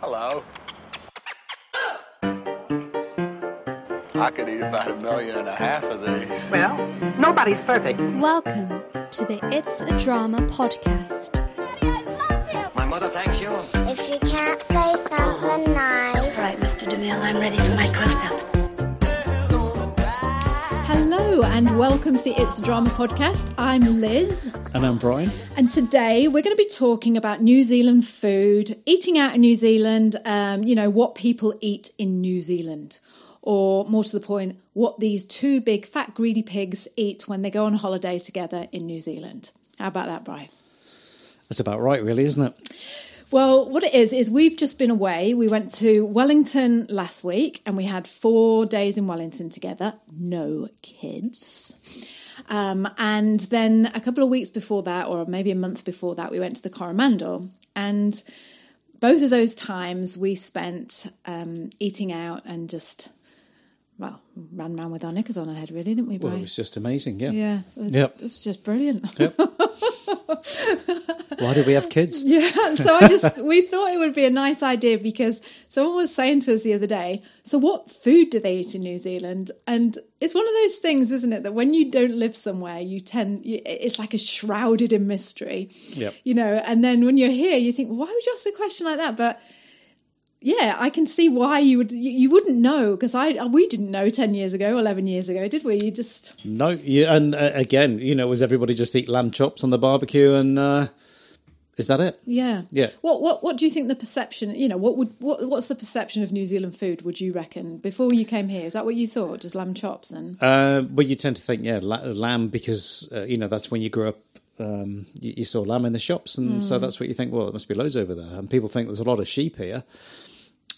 Hello. I could eat about a million and a half of these. Well, nobody's perfect. Welcome to the It's a Drama podcast. My mother thanks you. If you can't say something nice, All right, Mr. DeMille, I'm ready for my close-up. Hello and welcome to the It's a Drama podcast. I'm Liz, And I'm Brian. and today we're going to be talking about New Zealand food, eating out in New Zealand, um, you know, what people eat in New Zealand, or more to the point, what these two big fat greedy pigs eat when they go on holiday together in New Zealand. How about that, Brian? That's about right, really, isn't it? Well, what it is is we've just been away. We went to Wellington last week and we had four days in Wellington together, no kids. Um, and then a couple of weeks before that, or maybe a month before that, we went to the Coromandel. And both of those times we spent um, eating out and just, well, ran around with our knickers on our head, really, didn't we, Well, Brian? it was just amazing, yeah. yeah, it was, Yep. it was just brilliant. Why did we have kids? Yeah. so I just we thought it would be a nice idea because someone was saying to us the other day, so what food do they eat in New Zealand? And it's one of those things, isn't it, that when you don't live somewhere, you tend you- it's like a shrouded in mystery. Yep. You know, and then when you're here, you think, why would you ask a question like that? But yeah, I can see why you would you you wouldn't know because I we didn't know 10 years ago, 11 years ago, did we? You just No, you, and uh, again, you know, was everybody just eat lamb chops on the barbecue and uh, is that it? yeah. Yeah. What what what do you think the perception? You know, what would what what's the perception of New Zealand food? Would you reckon before you came here? Is that what you thought? Just lamb chops and Uh, well, you tend to think, yeah, la- lamb because, uh, you know, that's when you grew up. Um, you, you saw lamb in the shops, and so that's what you think. Well, there must be loads over there, and people think there's a lot of sheep here,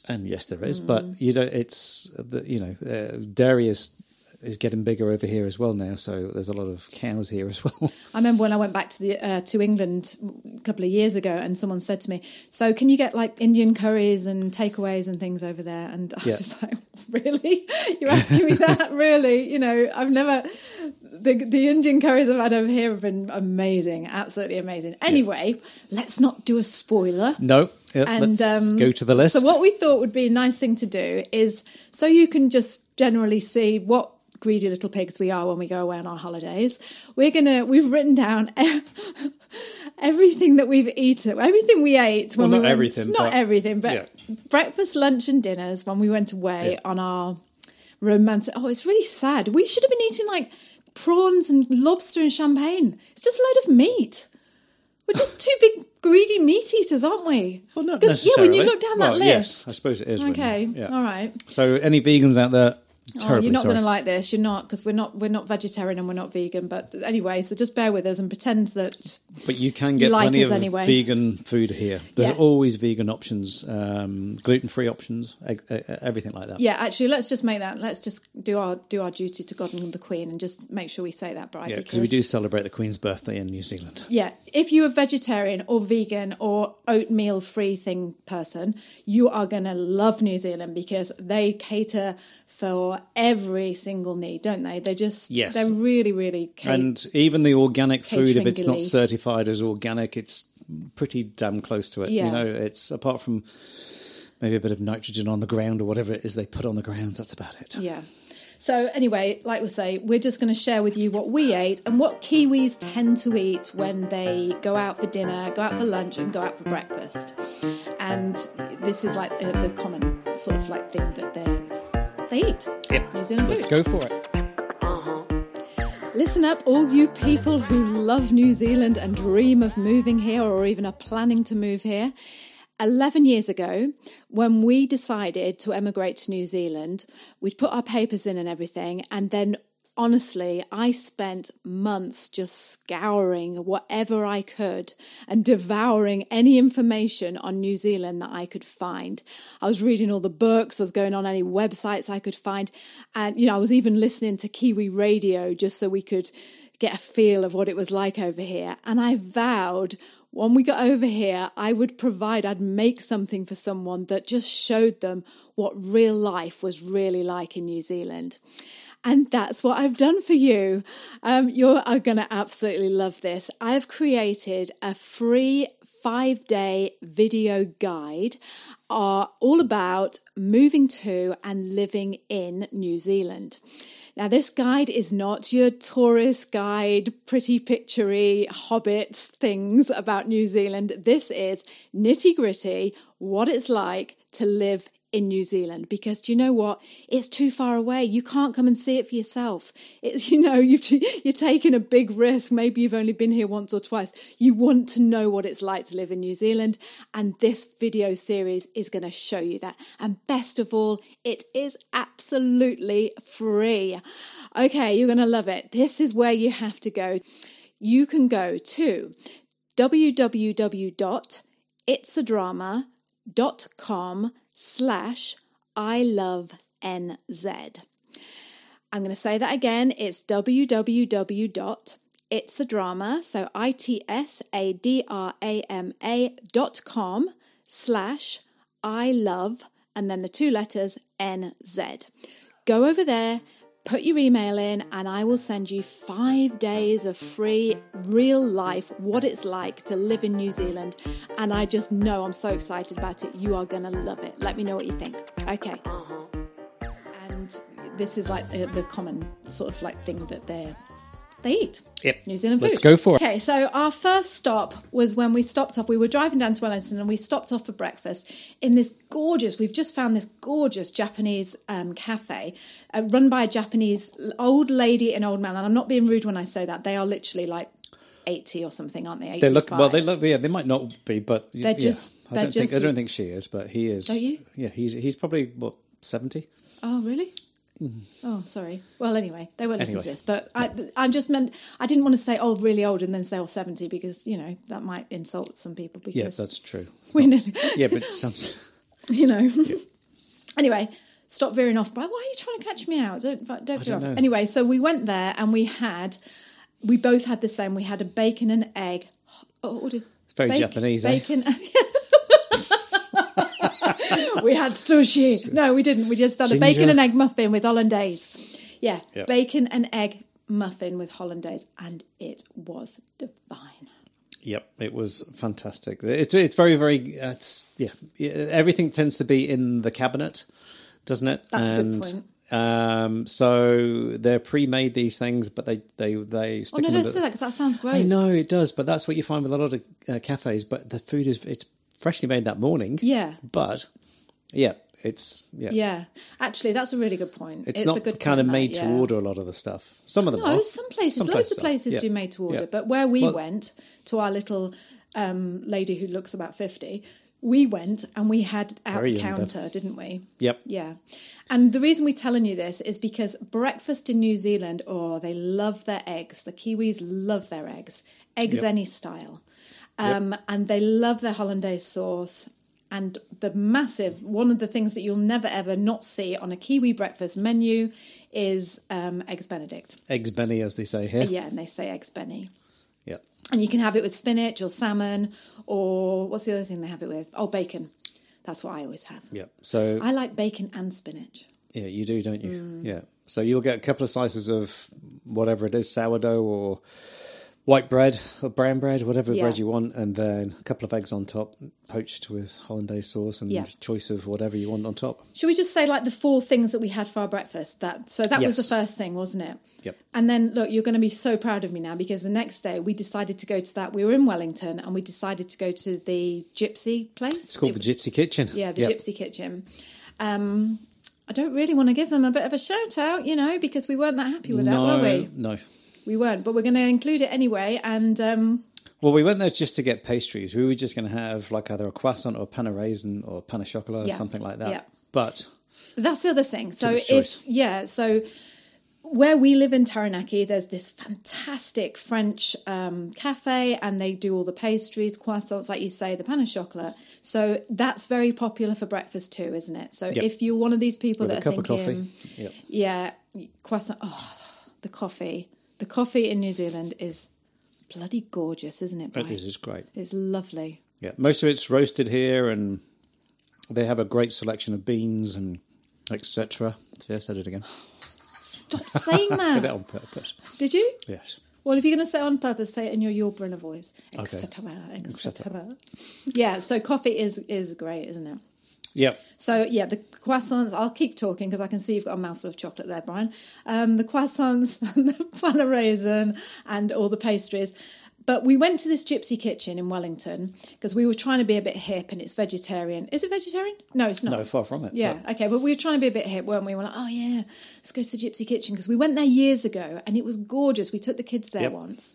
and yes, there is. But you don't. It's the, you know, uh, dairy is is getting bigger over here as well now, so there's a lot of cows here as well. I remember when I went back to the uh, to England a couple of years ago, and someone said to me, "So can you get like Indian curries and takeaways and things over there?" And I was Yeah. just like, "Really? You're asking me that? really? You know, I've never the the Indian curries I've had over here have been amazing, absolutely amazing." Anyway, let's not do a spoiler. No, yeah, and let's um, go to the list. So what we thought would be a nice thing to do is so you can just generally see what greedy little pigs we are when we go away on our holidays. We're gonna we've written down e- everything that we've eaten, everything we ate when Well, we not went, everything, not but- everything, but yeah. breakfast, lunch, and dinners when we went away Yeah. on our romantic. Oh, it's really sad. We should have been eating like prawns and lobster and champagne. It's just a load of meat. We're just two big greedy meat eaters, aren't we? Well, not 'Cause, Yeah, when you necessarily. look down that Well, list. yes, I suppose it is, wouldn't Okay, it? Yeah. all right. So, any vegans out there, Oh, terribly you're not sorry. going to like this. You're not because we're not we're not vegetarian and we're not vegan. But anyway, so just bear with us and pretend that but you can get like plenty us of anyway. vegan food here. There's Yeah. always vegan options, um, gluten-free options, egg, e- e- everything like that. yeah. Actually, let's just make that. Let's just do our do our duty to God and the Queen and just make sure we say that, Brian. because we do celebrate the Queen's birthday in New Zealand. Yeah, if you're a vegetarian or vegan or oatmeal free thing person, you are going to love New Zealand because they cater for every single need, don't they? They just, Yes. they're really, really cater. And even the organic food, if it's not Cateringly. certified as organic, it's pretty damn close to it. Yeah. You know, it's apart from maybe a bit of nitrogen on the ground or whatever it is they put on the grounds. That's about it. Yeah. So anyway, like we say, we're just going to share with you what we ate and what Kiwis tend to eat when they go out for dinner, go out for lunch, and go out for breakfast. And this is like the, the common sort of like thing that they they eat. Yep. New Zealand food. Let's go for it. Listen up, all you people who love New Zealand and dream of moving here or even are planning to move here. 11 years ago, when we decided to emigrate to New Zealand, we'd put our papers in and everything, and then honestly, I spent months just scouring whatever I could and devouring any information on New Zealand that I could find. I was reading all the books, I was going on any websites I could find, and you know, I was even listening to Kiwi radio just so we could get a feel of what it was like over here. And I vowed when we got over here, I would provide, I'd make something for someone that just showed them what real life was really like in New Zealand. And that's what I've done for you. Um, you are going to absolutely love this. I have created a free five day video guide are all about moving to and living in New Zealand. Now, this guide is not your tourist guide, pretty picturey hobbits things about New Zealand. This is nitty gritty what it's like to live in New Zealand because do you know what? It's too far away. You can't come and see it for yourself. It's you know you've you're taking a big risk. Maybe you've only been here once or twice. You want to know what it's like to live in New Zealand, and this video series is going to show you that. And best of all, it is absolutely free. Okay, you're going to love it. This is where you have to go. You can go to www.itsadrama.com slash I love NZ. I'm going to say that again. It's www.itsadrama, so I T S A D R A M A dot com slash I love and then the two letters NZ. Go over there, put your email in, and I will send you five days of free, real life, what it's like to live in New Zealand. And I just know I'm so excited about it. You are going to love it. Let me know what you think. Okay. And this is like the, the common sort of like thing that they're. They eat Yep. New Zealand food. Let's go for it. Okay, so our first stop was when we stopped off. We were driving down to Wellington and we stopped off for breakfast in this gorgeous, we've just found this gorgeous Japanese um, cafe uh, run by a Japanese l- old lady and old man. And I'm not being rude when I say that. They are literally like 80 or something, aren't they? They look well. 85. They look. Yeah, they might not be, but y- They're yeah. just- I they're don't think. I just- don't think she is, but he is. Don't you? Yeah, he's he's probably what seventy. Oh, really? Oh, sorry. Well, anyway, they won't listen to Mm. Anyway. this, but I, I'm just meant, I didn't want to say, oh, really old and then say, oh, 70, because, you know, that might insult some people. Because Yeah, that's true. we nearly- Yeah, but some, you know. anyway, stop veering off. But why are you trying to catch me out? Don't don't, do don't off. know. Anyway, so we went there and we had, we both had the same. We had a bacon and egg. Oh, what did- very Japanese, eh? Bacon. we had sushi. No, we didn't. We just had a bacon Ginger. and egg muffin with hollandaise. Yeah, Yep. bacon and egg muffin with hollandaise, and it was divine. Yep, it was fantastic. It's it's very very. Uh, it's, yeah, yeah, everything tends to be in the cabinet, doesn't it? That's a good and, point. Um, so they're pre-made these things, but they they they Oh stick no, them don't with say it. that because that sounds gross. I know it does, but that's what you find with a lot of uh, cafes. But the food is it's freshly made that morning. Yeah. but yeah, it's yeah. Yeah, actually, that's a really good point. It's, not a good kind of point, made that, to yeah. order a lot of the stuff. Some of them No, are. some places, Some loads of are. places Yeah. do made to order, Yeah. but where we Well- went to our little um, lady who looks about fifty, we went and we had out Very the young then. counter, didn't we? Yep. Yeah. And the reason we're telling you this is because breakfast in New Zealand, oh, they love their eggs. The Kiwis love their eggs, eggs any style. Um, And they love their hollandaise sauce. And the massive, one of the things that you'll never ever not see on a Kiwi breakfast menu is um, Eggs Benedict. Eggs Benny, as they say here. Yeah, and they say Eggs Benny. Yeah. And you can have it with spinach or salmon or what's the other thing they have it with? Oh, bacon. That's what I always have. Yeah. So I Mm. like bacon and spinach. yeah, you do, don't you? Yeah. So you'll get a couple of slices of whatever it is, sourdough or white bread or brown bread, whatever Yeah. bread you want, and then a couple of eggs on top, poached with hollandaise sauce and Yeah. choice of whatever you want on top. Should we just say like the four things that we had for our breakfast? That so that was Yes. the first thing, wasn't it? Yep. And then look, you're going to be so proud of me now because the next day we decided to go to that. We were in Wellington and we decided to go to the Gypsy place. It's called the Gypsy Kitchen. yeah, the Yep. Gypsy Kitchen. Um, I don't really want to give them a bit of a shout out, you know, because we weren't that happy with that, No, were we? no. We weren't, but we're going to include it anyway. And um, Well, we went there just to get pastries. We were just going to have like either a croissant or pan au raisin or pan au chocolat or Yeah. something like that. Yeah. But That's the other thing. So much if choice. yeah, so where we live in Taranaki, there's this fantastic French um, cafe, and they do all the pastries, croissants, like you say, the pan au chocolat. So that's very popular for breakfast too, isn't it? So if you're one of these people with a that are cup of thinking, coffee, yeah, yeah, croissant. Oh, the coffee, the coffee in New Zealand is bloody gorgeous, isn't it? it Brian? is it's great. It's lovely. Yeah, most of it's roasted here, and they have a great selection of beans and etc. See, I said it again. Stop saying Did it that. on purpose. Did you? Yes. Well, if you're going to say it on purpose, say it in your Yul Brynner voice, Okay. etc. etc. Yeah, so coffee is is great, isn't it? Yep. So yeah, the croissants. I'll keep talking because I can see you've got a mouthful of chocolate there, Brian. Um, the croissants and the pan au raisin and all the pastries. But we went to this gypsy kitchen in Wellington because we were trying to be a bit hip, and it's vegetarian. Is it vegetarian? No, it's not. No, far from it. Yeah, okay, but we were trying to be a bit hip, weren't we? We were like, oh yeah, let's go to the Gypsy Kitchen because we went there years ago and it was gorgeous. We took the kids there Yep. once.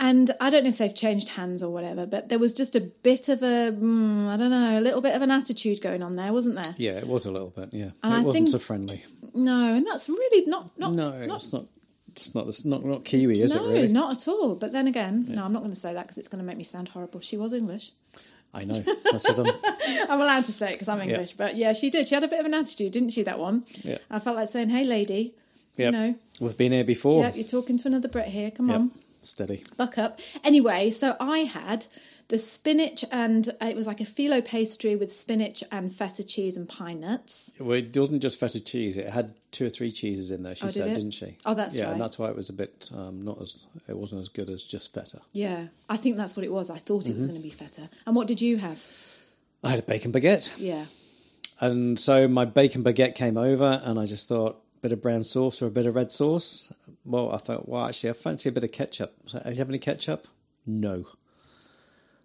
And I don't know if they've changed hands or whatever, but there was just a bit of a, mm, I don't know, a little bit of an attitude going on there, wasn't there? Yeah, it was a little bit. Yeah, And it I wasn't think- so friendly. No, and that's really not, not, No, not it's not. It's not. It's not not Kiwi, is no, it? Really? not at all. But then again, no, I'm not going to say that because it's going to make me sound horrible. She was English. I um, know. That's what I'm, I'm allowed to say it because I'm English. But yeah, she did. She had a bit of an attitude, didn't she, that one? Yeah. I felt like saying, hey, lady, yep. know. we've been here before. yep, you're talking to another Brit here. Come Oh. Yep. on. Steady. buck up. Anyway, so I had the spinach and uh, it was like a filo pastry with spinach and feta cheese and pine nuts. Well, it wasn't just feta cheese. It had two or three cheeses in there. She did said, it? didn't she? Oh, that's yeah, right. and that's why it was a bit um, not as. It wasn't as good as just feta. Yeah, I think that's what it was. I thought it was Mm-hmm. going to be feta. And what did you have? I had a bacon baguette, Yeah. and so my bacon baguette came over, and I just thought bit of brown sauce or a bit of red sauce. Well, I thought, well, actually, I fancy a bit of ketchup. So, "Do you have any ketchup? No.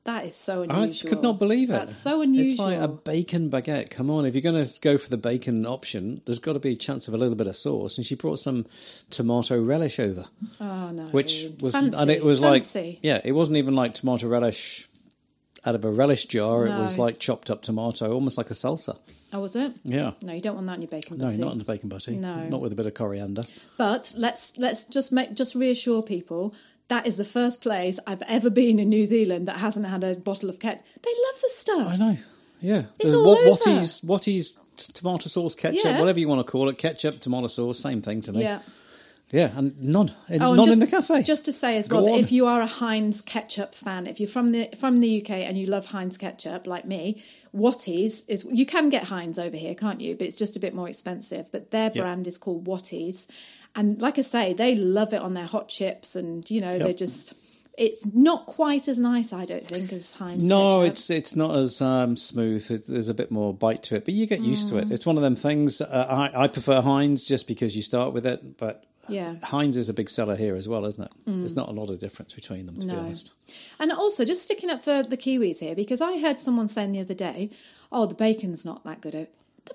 That is so unusual. I just could not believe it. That's so It's unusual. like a bacon baguette. Come on, if you're going to go for the bacon option, there's got to be a chance of a little bit of sauce. And she brought some tomato relish over, oh, no. which was fancy, and it was fancy. like yeah, it wasn't even like tomato relish out of a relish jar. It was No. like chopped up tomato, almost like a salsa. Oh, was it? Yeah. No, you don't want that in your bacon. No, butty. not in the bacon butty. No. Not with a bit of coriander. But let's let's just make just reassure people that is the first place I've ever been in New Zealand that hasn't had a bottle of ketchup. They love the stuff. I know. Yeah. It's The- all what, over. what is what is t- tomato sauce, ketchup, Yeah. whatever you want to call it, ketchup, tomato sauce, same thing to me. Yeah. Yeah, and none, and Oh, and none just, in the cafe. Just to say as Go well, that on. if you are a Heinz ketchup fan, if you're from the from the UK and you love Heinz ketchup like me, Watties is you can get Heinz over here, can't you? But it's just a bit more expensive. But their brand is called Watties, and like I say, they love it on their hot chips, and you know they're just. It's not quite as nice, I don't think, as Heinz. No, ketchup. it's it's not as um, smooth. It, there's a bit more bite to it, but you get used Mm. to it. It's one of them things. Uh, I, I prefer Heinz just because you start with it, but Yeah. Mm. Heinz is a big seller here as well, isn't it? There's not a lot of difference between them, to be No. honest. And also, just sticking up for the Kiwis here, because I heard someone saying the other day, "Oh, the bacon's not that good." The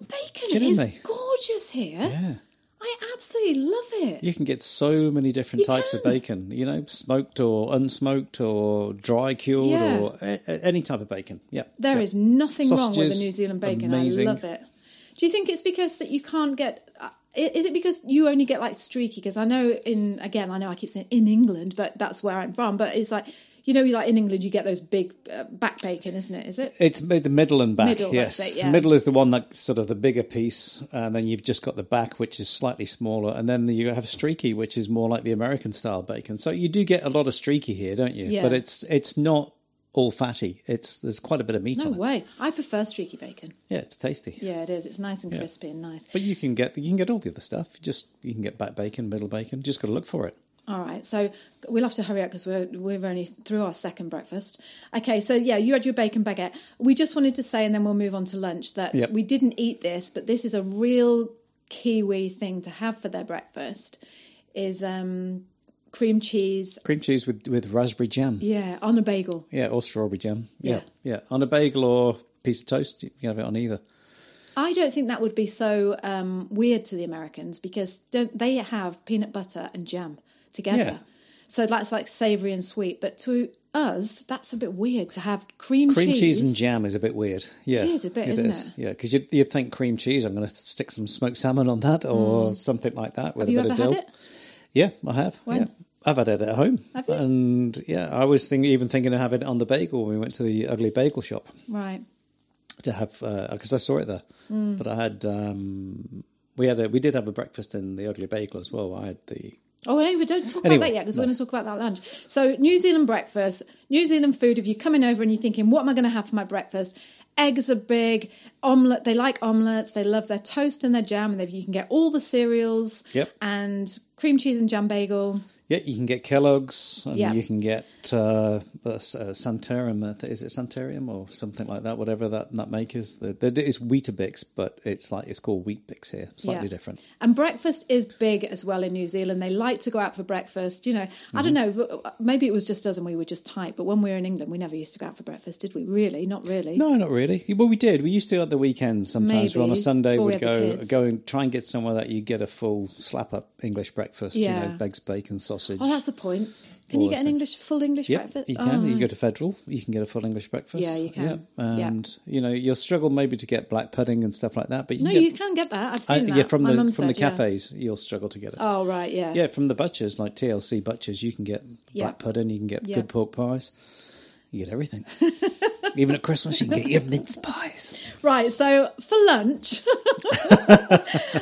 bacon Kidding is me. gorgeous here. Yeah, I absolutely love it. you can get so many different You types of can. bacon. You know, smoked or unsmoked or dry cured Yeah. or a, a- any type of bacon. Yeah, There yeah. is nothing wrong with the Sausages, New Zealand bacon. amazing. I love it. Do you think it's because that you can't get? uh, i- Is it because you only get like streaky? Because I know in again, I know I keep saying in England, but that's where I'm from. But it's like you know, like in England, you get those big uh, back bacon, isn't it? Is it? It's mid- the middle and back. Middle, yes, that's it, yeah. middle is the one that's sort of the bigger piece, and then you've just got the back, which is slightly smaller, and then you have streaky, which is more like the American style bacon. So you do get a lot of streaky here, don't you? Yeah. But it's it's not all fatty. It's there's quite a bit of meat No on it. way. I prefer streaky bacon. Yeah, it's tasty. Yeah, it is. It's nice and crispy and nice. But you can get you can get all the other stuff. You just you can get back bacon, middle bacon. Just got to look for it. All right, so we'll have to hurry up because we're we're only through our second breakfast. Okay, so yeah, you had your bacon baguette. We just wanted to say, and then we'll move on to lunch. That Yep. we didn't eat this, but this is a real Kiwi thing to have for their breakfast is um, cream cheese. Cream cheese with with raspberry jam. Yeah, on a bagel. Yeah, or strawberry jam. Yeah. yeah, yeah. on a bagel or piece of toast. You can have it on either. I don't think that would be so um, weird to the Americans because don't they have peanut butter and jam together? Yeah. So that's like savory and sweet, but to us, that's a bit weird to have cream, cream cheese. and jam is a bit weird. Yeah, It is a bit, isn't it? Yeah, because you'd, you'd think cream cheese. I'm going to stick some smoked salmon on that or something like that with Hmm. Have you a bit ever of had dill. it? Yeah, I have. When? Yeah. I've had it at home, Have you? and yeah, I was thinking, even thinking of having it on the bagel when we went to the ugly bagel shop Right. to have because I saw it there. Hmm. But I had um, we had a, we did have a breakfast in the ugly bagel as well. I had the Oh, anyway, don't talk about Anyway, that yet because we're no. going to talk about that lunch. So, New Zealand breakfast, New Zealand food. If you're coming over and you're thinking, what am I going to have for my breakfast? Eggs are big. Omelette. They like omelettes. They love their toast and their jam. And they- you can get all the cereals. Yep. And cream cheese and jam bagel. Yeah, you can get Kellogg's, and Yeah. you can get uh, uh, S- uh, Santerium. I thi- Is it Santerium or something like that? Whatever that nut make is. The- the- It's Weetabix, but it's like it's called Wheatbix here. Slightly Yeah. different. And breakfast is big as well in New Zealand. They like to go out for breakfast. You know, I Mm-hmm. don't know. Maybe it was just us and we were just tight. But when we were in England, we never used to go out for breakfast, did we? Really? Not really. No, not really. Well, we did. We used to at the weekends sometimes. Well, on a Maybe, Sunday, before we had we'd the go kids. go and try and get somewhere that you get a full slap up English breakfast. You Yeah. know, eggs, bacon, sausage. Oh, that's a point. Can All you get those an things. English full English Yep, breakfast? you can. Oh, you go to Federal, you can get a full English breakfast. Yeah, you can. Yeah. Yeah. And you know, you'll struggle maybe to get black pudding and stuff like that, but you no, can get, you can get that. I've I- seen that. Uh, yeah from My the mum from the said, yeah. cafes, you'll struggle to get it. Oh right, yeah. Yeah, from the butchers like TLC butchers, you can get Yeah. black pudding, you can get Yeah. good pork pies. You get everything. Even at Christmas, you can get your mince pies. Right, so for lunch,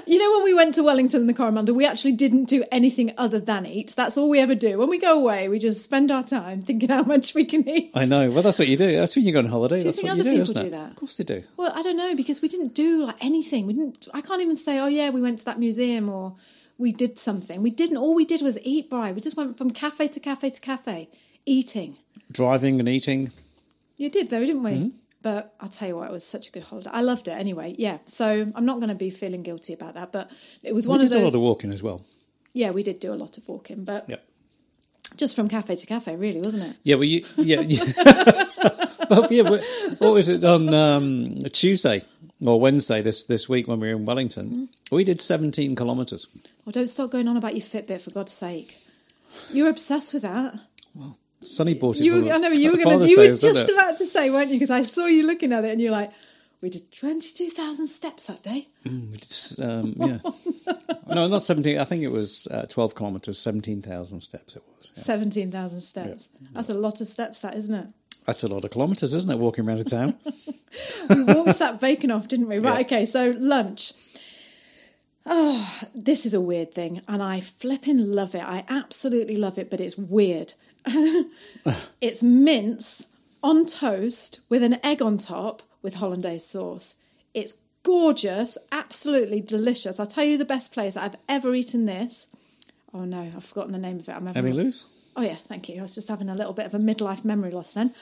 you know, when we went to Wellington and the Coromandel, we actually didn't do anything other than eat. That's all we ever do. When we go away, we just spend our time thinking how much we can eat. I know. Well, that's what you do. That's when you go on holiday. that's think what you other do, people isn't do it? that? Of course they do. Well, I don't know because we didn't do like anything. We didn't. I can't even say, oh yeah, we went to that museum or we did something. We didn't. All we did was eat. Bri. We just went from cafe to cafe to cafe, eating. Driving and eating. You did though, didn't we? Mm-hmm. But I'll tell you what, it was such a good holiday. I loved it anyway. Yeah. So I'm not going to be feeling guilty about that. But it was one we of did those. a lot of walking as well. yeah, we did do a lot of walking, but Yep. just from cafe to cafe, really, wasn't it? Yeah, well, you, yeah, yeah. but yeah, but what was it on um, Tuesday or Wednesday this this week when we were in Wellington? Mm-hmm. We did seventeen kilometres. Oh, don't start going on about your Fitbit for God's sake. You're obsessed with that. Sonny bought it. You, for were, I know you were going to. Father's You Day, were wasn't just it? about to say, weren't you? Because I saw you looking at it, and you're like, "We did twenty-two thousand steps that day." It's, um, Oh, yeah. no, not seventeen. I think it was uh, twelve kilometres, seventeen thousand steps. It was. Yeah. Seventeen thousand steps. That's a lot of steps, that isn't it? That's a lot of kilometres, isn't it? Walking around a town. We walked Mm, that bacon off, didn't we? Right. Yeah. Okay. So lunch. Oh, this is a weird thing, and I flipping love it. I absolutely love it, but it's weird. it's mince on toast with an egg on top with hollandaise sauce. It's gorgeous, absolutely delicious. I'll tell you the best place that I've ever eaten this. Oh no, I've forgotten the name of it. I'm having Emmy a- Lou's. Oh yeah, thank you. I was just having a little bit of a midlife memory loss then.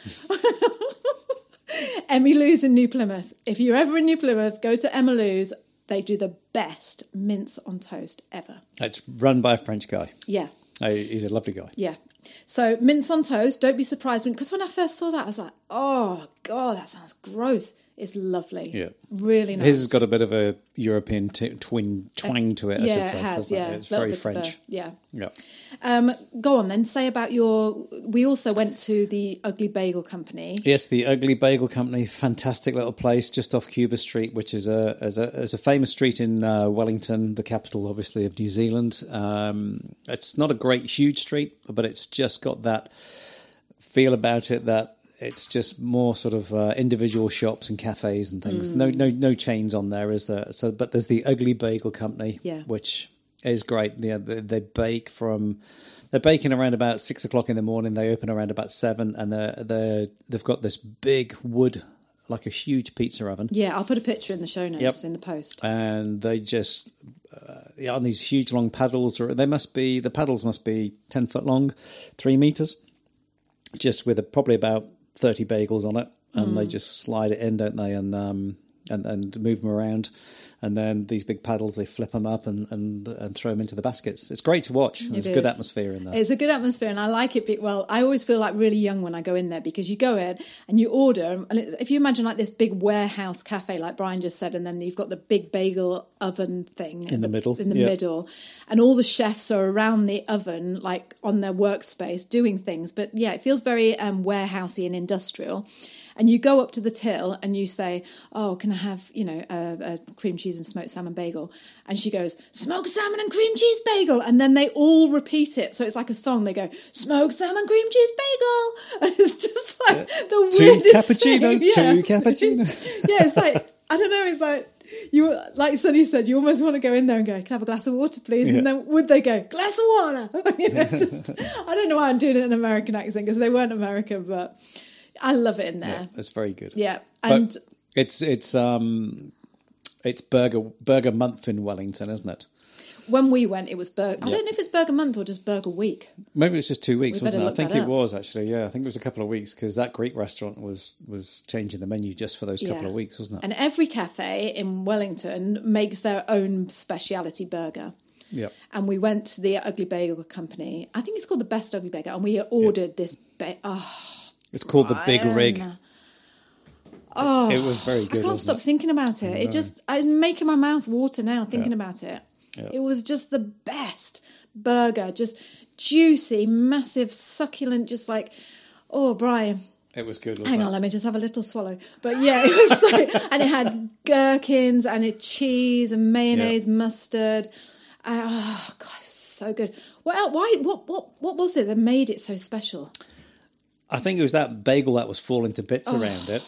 Emmy Lou's in New Plymouth. If you're ever in New Plymouth, go to Emma Lou's. They do the best mince on toast ever. It's run by a French guy. Yeah, Uh, He's a lovely guy. yeah. So mince on toast. Don't be surprised because when I first saw that, I was like, "Oh God, that sounds gross." It's lovely. Yeah. really nice. His has got a bit of a European t- twin twang to it. I yeah, should it say, has. doesn't Yeah, it's Little very bit of a- French. yeah. Yeah. Um, go on then. Say about your. We also went to the Ugly Bagel Company. Yes, the Ugly Bagel Company, fantastic little place just off Cuba Street, which is a is a, is a famous street in uh, Wellington, the capital, obviously, of New Zealand. Um, it's not a great, huge street, but it's just got that feel about it that it's just more sort of uh, individual shops and cafes and things. No, no, no chains on there, is there? So, but there's the Ugly Bagel Company, Yeah. which is great. Yeah, they, they bake from they're baking around about six o'clock in the morning. They open around about seven, and they're they they've got this big wood, like a huge pizza oven, Yeah, I'll put a picture in the show notes in the post. and they just uh, on these huge long paddles, or they must be the paddles must be ten foot long, three meters, just with a, probably about thirty bagels on it, and Mm. they just slide it in, don't they, and um and and move them around, and then these big paddles they flip them up and and and throw them into the baskets. It's great to watch. and There's a good is. atmosphere in there. It's a good atmosphere, and I like it. Be- well, I always feel like really young when I go in there because you go in and you order, and it's, if you imagine like this big warehouse cafe, like Brian just said, and then you've got the big bagel oven thing in the middle, in the yeah. middle, and all the chefs are around the oven, like on their workspace doing things. But yeah, it feels very um, warehousey and industrial. And you go up to the till and you say, "Oh, can I have you know a, a cream cheese and smoked salmon bagel?" And she goes, "Smoked salmon and cream cheese bagel." And then they all repeat it, so it's like a song. They go, "Smoked salmon cream cheese bagel," and it's just like the Two weirdest cappuccinos, thing. Yeah. two cappuccinos. yeah, it's like I don't know. It's like you, like Sunny said, you almost want to go in there and go, "Can I have a glass of water, please?" Yeah. And then would they go, "Glass of water"? you know, just I don't know why I'm doing it in an American accent because they weren't American, but I love it in there. That's very good. Yeah, But and it's it's um it's burger burger month in Wellington, isn't it? When we went, it was Burger. I don't know if it's Burger Month or just Burger Week. Maybe it's just two weeks, We wasn't better it? I look think that it up. was actually. Yeah, I think it was a couple of weeks because that Greek restaurant was was changing the menu just for those couple Yeah. of weeks, wasn't it? And every cafe in Wellington makes their own speciality burger. yeah. And we went to the Ugly Bagel Company. I think it's called the Best Ugly Bagel. And we ordered this. Ba- oh, It's called the Big Rig. oh, It was very good. I can't wasn't stop it? thinking about it. It just, I'm making my mouth water now thinking about it. It was just the best burger, just juicy, massive, succulent, just like, oh, Brian, It was good. Wasn't hang it? on, let me just have a little swallow. But yeah, it was so, and it had gherkins and it cheese and mayonnaise, mustard. Uh, oh God, it was so good. What? el- Why? What? What? What was it that made it so special? I think it was that bagel that was falling to bits Oh. around it,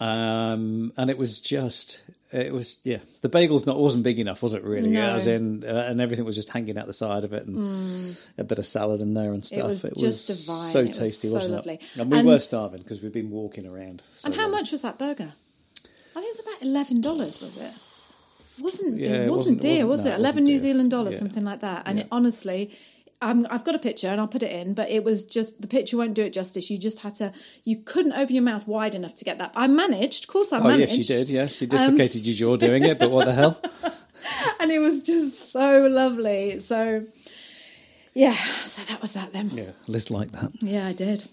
um, and it was just it was yeah. The bagel's not wasn't big enough, was it? Really, No. Hmm. as in, uh, and everything was just hanging out the side of it, and a bit of salad in there and stuff. was just divine. So It was tasty, so not lovely. it? And we And- were starving because we've been walking around. so And how long. much was that burger? I think it was about eleven dollars. Was it? Wasn't Yeah, it it wasn't wasn't- dear, wasn't- was no, it? it wasn't Eleven New dear. Zealand dollars, Yeah. something like that. And it, honestly, I'm, I've got a picture and I'll put it in, but it was just the picture won't do it justice. You just had to, you couldn't open your mouth wide enough to get that. I managed, of course, I Oh managed. um, yes, you did. Yes, you dislocated your jaw doing it, but what the hell? and it was just so lovely. So, yeah, so that was that then. Yeah, list like that. Yeah, I did.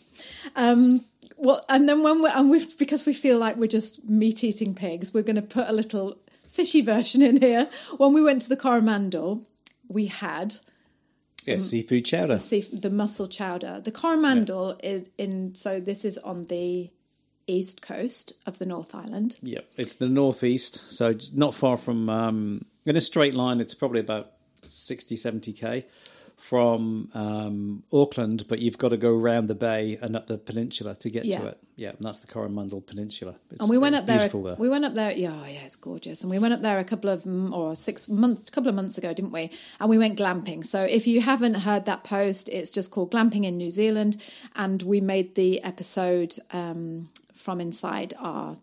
Um, well, and then when we're and we've because we feel like we're just meat eating pigs, we're going to put a little fishy version in here. When we went to the Coromandel, we had Yeah, seafood chowder. see the mussel chowder. The Coromandel is in so this is on the east coast of the North Island. Yep, it's the northeast, so j- not far from. Um, in a straight line, it's probably about 60, 70 k from um, Auckland, but you've got to go around the bay and up the peninsula to get Yeah. to it. Yeah, and that's the Coromandel Peninsula. It's And we went up there, beautiful there. We went up there. Yeah, oh, yeah, it's gorgeous. And we went up there a couple of m- or six months, couple of months ago, didn't we? And we went glamping. So if you haven't heard that post, it's just called glamping in New Zealand, and we made the episode um, from inside our.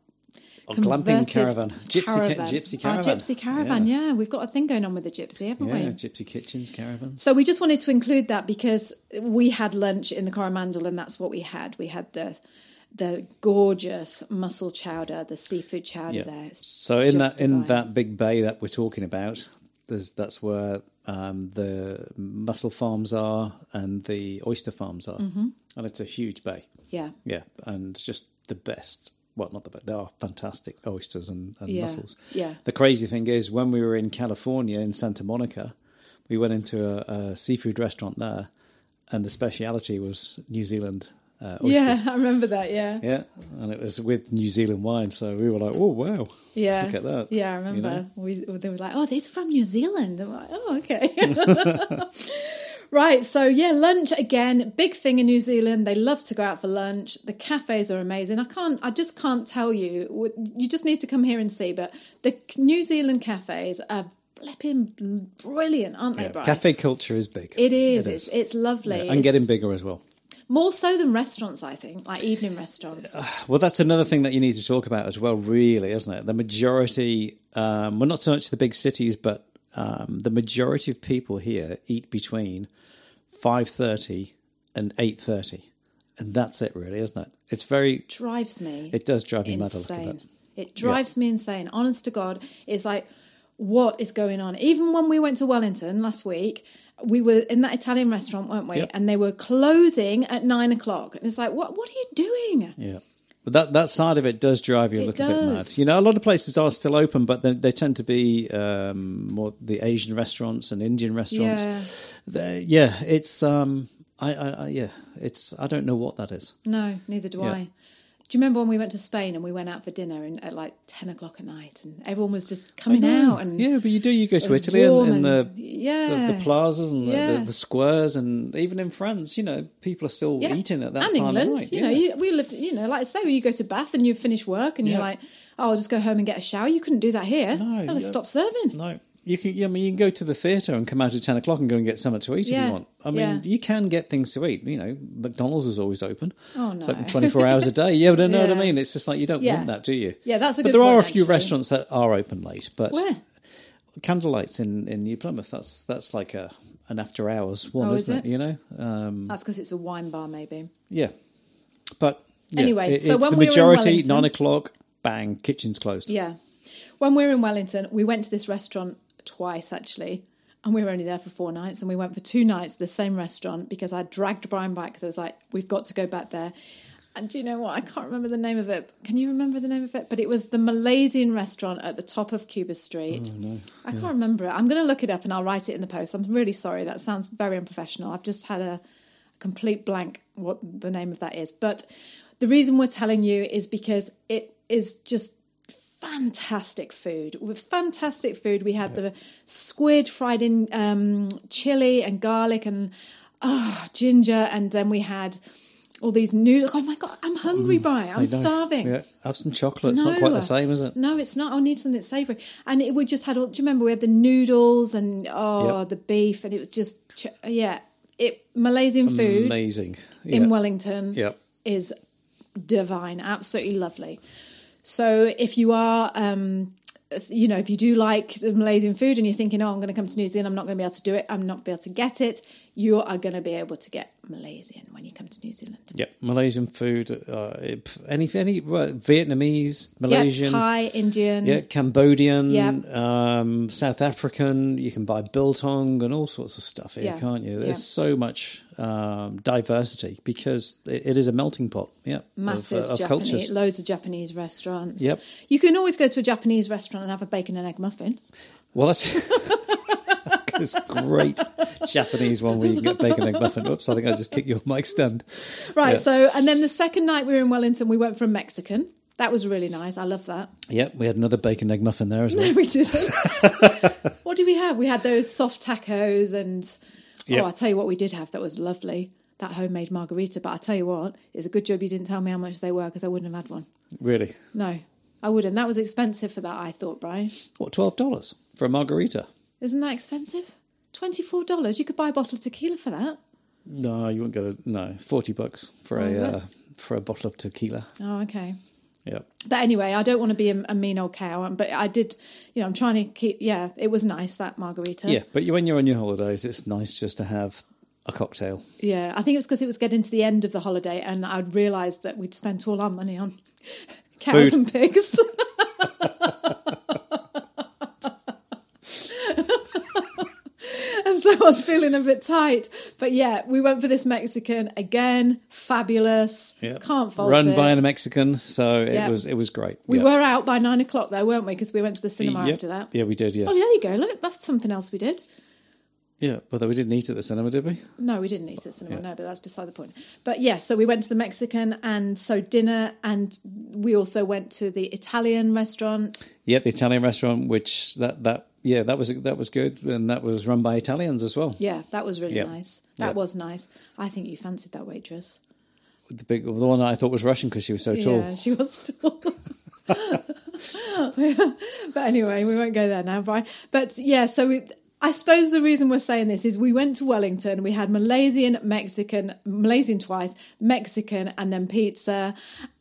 Our glamping converted caravan, gypsy ca- gypsy Our caravan. gypsy caravan. Yeah. we've got a thing going on with the gypsy, haven't we? yeah, Gypsy Kitchens caravans. So we just wanted to include that because we had lunch in the Coromandel, and that's what we had. We had the the gorgeous mussel chowder, the seafood chowder there. It's So in just that in divine. that big bay that we're talking about, there's that's where um, the mussel farms are and the oyster farms are, Mm-hmm. and it's a huge bay. yeah, Yeah, and it's just the best. Well, not the best. They are fantastic oysters and, and Yeah, mussels. yeah. The crazy thing is, when we were in California in Santa Monica, we went into a, a seafood restaurant there, and the speciality was New Zealand uh, yeah, oysters. I remember that. Yeah, Yeah, and it was with New Zealand wine, so we were like, "Oh wow!" yeah, Look at that, Yeah, I you remember. know? We they were like, "Oh, these are from New Zealand." I'm like, "Oh, okay." right. So yeah, lunch again, big thing in New Zealand. They love to go out for lunch. The cafes are amazing. I can't. I just can't tell you. You just need to come here and see. But the New Zealand cafes are flipping brilliant, aren't they? Yeah, Brian? Cafe culture is big. It is. It it's, is. it's lovely. and getting bigger as well. more so than restaurants, I think, like evening restaurants. Well, that's another thing that you need to talk about as well, really, isn't it? The majority, um, well, not so much the big cities, but um, the majority of people here eat between five thirty and eight thirty, and that's it, really, isn't it? It's very, drives me. it does drive you mad a little insane. bit. It drives me insane. Honest to God, it's like, what is going on? Even when we went to Wellington last week, we were in that Italian restaurant, weren't we? Yep. And they were closing at nine o'clock. And it's like, what? What are you doing? Yeah. But that, that side of it does drive you a It little bit mad. does. You know, a lot of places are still open, but they, they tend to be um, more the Asian restaurants and Indian restaurants. Yeah. They- yeah it's um, I, I, I yeah, it's I don't know what that is. No, neither do I. Do you remember when we went to Spain and we went out for dinner in, at like ten o'clock at night, and everyone was just coming out and yeah, but you do. You go it to was Italy and, warm and the, yeah, the the plazas and the, Yeah. the, the squares, and even in France, you know, people are still Yeah. eating at that and time England, of night. you yeah. know, you, we lived, you know, like I say, you go to Bath and you finish work and you're Yeah. like, oh, I'll just go home and get a shower. You couldn't do that here. No, They'll yeah. stop serving. no, you can. yeah, I mean, you can go to the theatre and come out at ten o'clock and go and get something to eat if Yeah. you want. I mean, Yeah. you can get things to eat. You know, McDonald's is always open. Oh, it's no. open twenty four hours a day. Yeah, but I know what Yeah. I mean. It's just like you don't Yeah. want that, do you? Yeah, that's a But good there are a point, few actually. restaurants that are open late, but Where? candlelights in in New Plymouth. That's that's like a an after hours one, Oh, is isn't it? it? You know, um, That's because it's a wine bar, maybe. yeah. But yeah, Anyway, it- so it's when the we were in majority Wellington- nine o'clock. Bang! Kitchen's closed. Yeah. When we were in Wellington, we went to this restaurant twice actually. And we were only there for four nights, and we went for two nights to the same restaurant because I dragged Brian back because I was like, "We've got to go back there." And do you know what? I can't remember the name of it. Can you remember the name of it? But it was the Malaysian restaurant at the top of Cuba Mm. Street. I can't remember it. I'm going to look it up and I'll write it in the post. I'm really sorry. That sounds very unprofessional. I've just had a complete blank what the name of that is. But the reason we're telling you is because it is just fantastic food. With fantastic food, we had the squid fried in um, chili and garlic and oh, ginger, and then we had all these noodles. Oh my god, I'm hungry, by I'm You Mm, know, starving. Yeah, have some chocolate. It's not quite the same, is it? No, it's not. I need something savoury. And it, we just had all. Do you remember we had the noodles and oh Yep. the beef and it was just ch- yeah. It Malaysian food Amazing. in Yeah. Wellington Yep. is divine, absolutely lovely. So if you are, um, if- you know, if you do like the Malaysian food and you're thinking, oh, I'm going to come to New Zealand, I'm not going to be able to do it, I'm not be able to get it, you are going to be able to get Malaysian when you come to New Zealand. Yep, Malaysian food, uh, it- any any well, Vietnamese, Malaysian, Yeah, Thai, Indian. yeah, Cambodian, Yeah. um, South African. You can buy biltong and all sorts of stuff here, Yeah, can't you? There's yeah. so much um, diversity because it, it is a melting pot. Yeah, of, Massive uh, of, Japanese, cultures. loads of Japanese restaurants. Yep. You can always go to a Japanese restaurant and have a bacon and egg muffin. Well, that's this great Japanese one where you can get bacon egg muffin. Oops, I think I just kicked your mic stand. Right. Yeah. So, and then the second night we were in Wellington, we went for a Mexican. That was really nice. I love that. Yep, we had another bacon egg muffin there as well. we didn't. what did we have? We had those soft tacos and Yep. oh, I'll tell you what we did have that was lovely. That homemade margarita. But I tell you what, it's a good job you didn't tell me how much they were because I wouldn't have had one. Really, No, I wouldn't. That was expensive for that, I thought, Brian. what twelve dollars for a margarita? Isn't that expensive? $24. You could buy a bottle of tequila for that. No, you wouldn't go to no forty bucks for a uh, for a bottle of tequila. Oh, okay. Yeah, But anyway, I don't want to be a, a mean old cow, um, but I did, you know, I'm trying to keep, yeah, it was nice, that margarita. yeah. But you, when you're on your holidays, it's nice just to have a cocktail. Yeah, I think it was because it was getting to the end of the holiday, and I'd realised that we'd spent all our money on cows Food. and pigs. and so I was feeling a bit tight. But yeah, we went for this Mexican again. Fabulous. Can't fault Run it. by a Mexican, so it Yeah. was it was great. we were out by nine o'clock though, weren't we? Because we went to the cinema after that. Yeah, we did. Yes. Oh, there you go. Look, that's something else we did. Yeah, although we didn't eat at the cinema, did we? No, we didn't eat at cinema. No, but that's beside the point. But yeah, so we went to the Mexican and so dinner, and we also went to the Italian restaurant. Yeah, the Italian restaurant, which that that yeah that was that was good, and that was run by Italians as well. Yeah, that was really Yeah. nice. That Yeah. was nice. I think you fancied that waitress. The big the one that I thought was Russian because she was so Yeah, tall. she was tall. but anyway, we won't go there now, Brian. But yeah, so we, I suppose the reason we're saying this is we went to Wellington, we had Malaysian, Mexican, Malaysian twice, Mexican, and then pizza.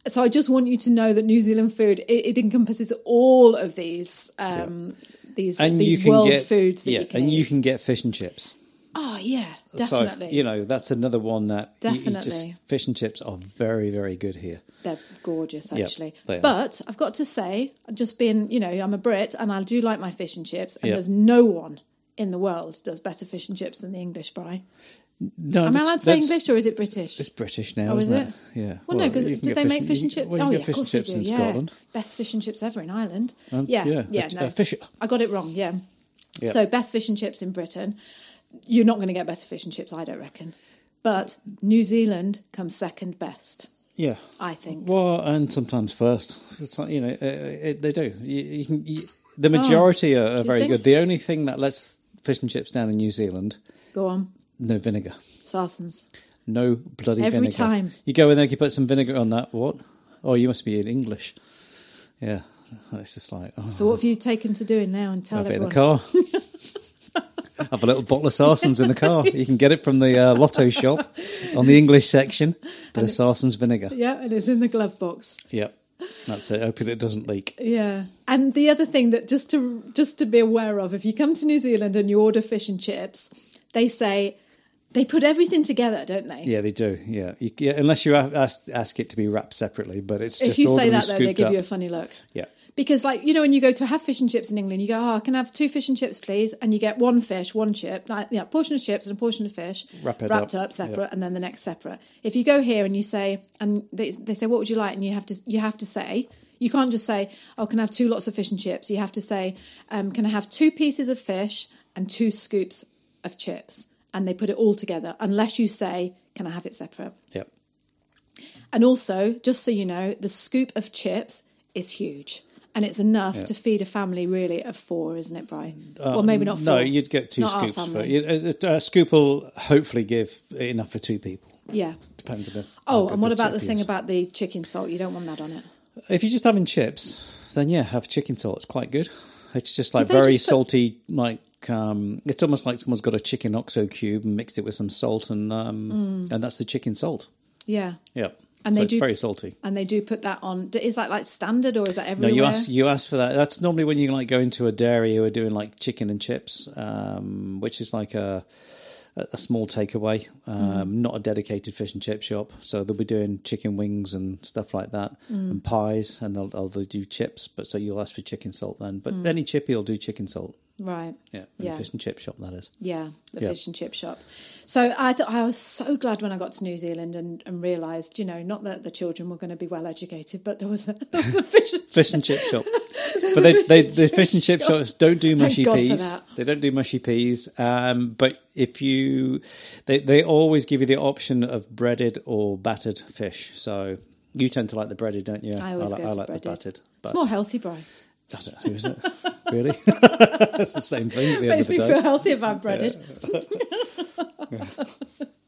So I just want you to know that New Zealand food it, it encompasses all of these um, these And these you can world get foods. That yeah, you can and you eat. can get fish and chips. oh yeah, definitely. So you know that's another one that you- you just- Definitely. fish and chips are very very good here. They're gorgeous, Yep, actually. they are. but I've got to say, just being, you know, I'm a Brit and I do like my fish and chips, and Yep. there's no one in the world does better fish and chips than the English bry. No, Am I that's- allowed to say that's- English or is it British? It's British now, Oh, is isn't it? it? Yeah. Well, no, because you can do get they make fish and you chips? can- Well, you oh, can yeah, get of fish and course they chips do. in yeah. Scotland. Best fish and chips ever in Ireland. And- yeah, yeah, uh, yeah, a- no. a fisher. I got it wrong. Yeah. So best fish and chips in Britain. You're not going to get better fish and chips, I don't reckon. But New Zealand comes second best, Yeah. I think. Well, and sometimes first. It's like, you know, uh, it, they do. You, you can. You, the majority are, are very Oh, think? good. The only thing that lets fish and chips down in New Zealand, Go on, no vinegar, Sarsons. no bloody Every vinegar. time. you go in there, you put some vinegar on that. What? Oh, you must be in English. Yeah, it's just like oh, So what have you taken to doing now and tell have it in everyone? the car. Have a little bottle of Sarsons in the car. You can get it from the uh, Lotto shop on the English section. Bit of Sarsons vinegar. Yeah, and it's in the glove box. Yep. That's it. Hoping it doesn't leak. Yeah. And the other thing that just to just to be aware of, if you come to New Zealand and you order fish and chips, they say they put everything together, don't they? Yeah, they do. Yeah, you, yeah unless you a- ask ask it to be wrapped separately, but it's just if you say ordinary that though, they scooped give up. you a funny look. yeah. Because like, you know, when you go to have fish and chips in England, you go, Oh, can I have two fish and chips, please? And you get one fish, one chip, like yeah, portion of chips and a portion of fish Wrap it wrapped up. up, separate and then the next separate. If you go here and you say and they, they say, What would you like? And you have to you have to say you can't just say, Oh, can I have two lots of fish and chips? You have to say, um, can I have two pieces of fish and two scoops of chips? And they put it all together, unless you say, Can I have it separate? Yeah. And also, just so you know, the scoop of chips is huge. And it's enough to feed a family really of four, isn't it, Bri? well, maybe not four. Um, No, you'd get two Not our scoops. For, family. you, uh, a, a scoop will hopefully give enough for two people. yeah. Depends on if. Oh, and what about the thing about the chicken salt? You don't want that on it. If you're just having chips, then yeah, have chicken salt. It's quite good. It's just like Do they very just put- salty, like. Um, it's almost like someone's got a chicken oxo cube and mixed it with some salt, and um, and that's the chicken salt. Yeah. Yeah, Mm. And so they it's do- very salty. And they do put that on. Is that like standard or is that No, everywhere? you ask you ask for that. That's normally when you like go into a dairy who are doing like chicken and chips, um, which is like a a a small takeaway, um, not a dedicated fish and chip shop. So they'll be doing chicken wings and stuff like that, and pies, and they'll, they'll, they'll do chips. But so you'll ask for chicken salt then. But any chippy will do chicken salt. Right. Yeah, in Yeah. a fish and chip shop that is. Yeah, the Yeah. fish and chip shop. So I thought I was so glad when I got to New Zealand and, and realised, you know, not that the children were going to be well educated, but there was a, there was a fish and chip. Fish and chip shop. But they, they, the chip fish and chip shop. shops don't do mushy God for peas. that. They don't do mushy peas. Um, but if you, they, they always give you the option of breaded or battered fish. So you tend to like the breaded, don't you? I always like, go for I like breaded. the battered. It's But more healthy, Bri. I don't know, is it? really? That's the same thing. At the end Makes of the me day. feel healthy if I'm breaded.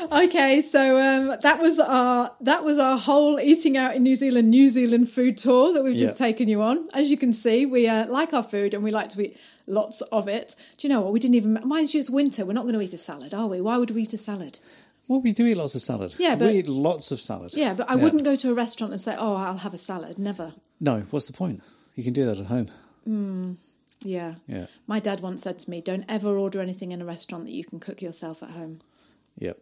okay, so um, that was our that was our whole eating out in New Zealand, New Zealand food tour that we've just Yeah. taken you on. As you can see, we uh, like our food and we like to eat lots of it. Do you know what? We didn't even mind you, it's winter. We're not going to eat a salad, are we? Why would we eat a salad? Well, we do eat lots of salad. Yeah, but- we eat lots of salad. Yeah, but I wouldn't go to a restaurant and say, "Oh, I'll have a salad." Never. No, what's the point? You can do that at home. Yeah. Yeah. My dad once said to me, "Don't ever order anything in a restaurant that you can cook yourself at home." Yep.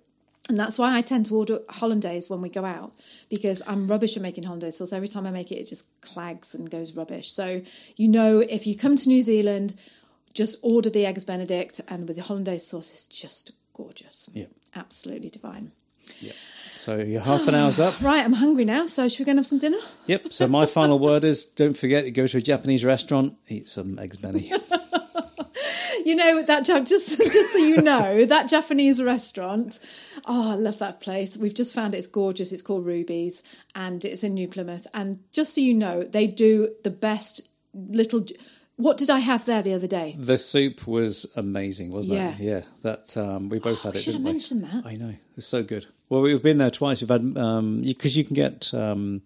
And that's why I tend to order hollandaise when we go out because I'm rubbish at making hollandaise sauce. Every time I make it, it just clags and goes rubbish. So, you know, if you come to New Zealand, just order the eggs Benedict and with the hollandaise sauce, it's just gorgeous. Yep. Absolutely divine. So you're half an hour's up. Right, I'm hungry now, so should we go and have some dinner? Yep. So my final word is: don't forget to go to a Japanese restaurant, eat some eggs benny. You know that Ja- just just so you know that Japanese restaurant. Oh, I love that place. We've just found it. it's gorgeous. It's called Ruby's, and it's in New Plymouth. And just so you know, they do the best little. j- What did I have there the other day? the soup was amazing, wasn't Yeah. it? Yeah. That um, we both had we it. should have didn't we? mentioned that. I know. It was so good. Well, we've been there twice. We've had um because you can get um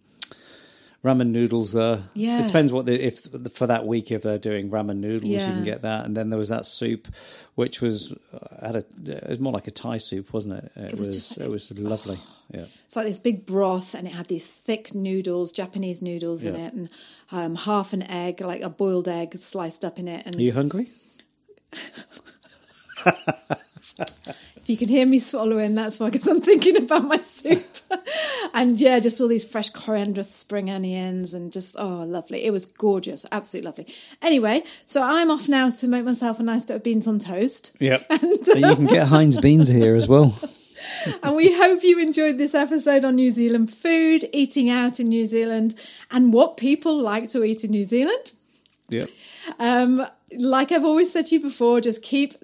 ramen noodles there. Yeah. It depends what they, if for that week if they're doing ramen noodles, you Yeah. can get that. And then there was that soup, which was uh, had a it was more like a Thai soup, wasn't it? It, was just like it was lovely. Yeah. It's like this big broth, and it had these thick noodles, Japanese noodles in Yeah. it, and um, half an egg, like a boiled egg, sliced up in it. And Are you hungry? If you can hear me swallowing, that's why, because I'm thinking about my soup. and yeah, just all these fresh coriander, spring onions, and just, oh, lovely. It was gorgeous, absolutely lovely. Anyway, so I'm off now to make myself a nice bit of beans on toast. Yep. and you can get Heinz beans here as well. And we hope you enjoyed this episode on New Zealand food, eating out in New Zealand, and what people like to eat in New Zealand. Yep. Um, like I've always said to you before, just keep,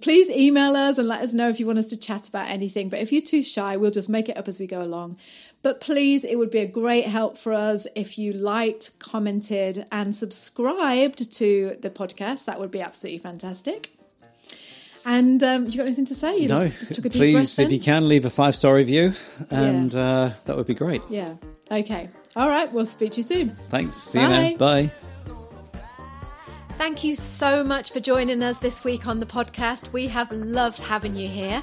please email us and let us know if you want us to chat about anything. But if you're too shy, we'll just make it up as we go along. But please, it would be a great help for us if you liked, commented, and subscribed to the podcast. That would be absolutely fantastic. And um, you got anything to say? You No, just took a deep please, breath if then? you can, leave a five star review, and uh, that would be great. Yeah. Okay. All right. We'll speak to you soon. Thanks. See you Bye. now. Bye. Thank you so much for joining us this week on the podcast. We have loved having you here.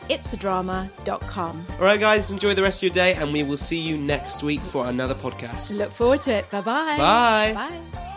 All right, guys, enjoy the rest of your day, and we will see you next week for another podcast. Look forward to it. Bye-bye. Bye. Bye.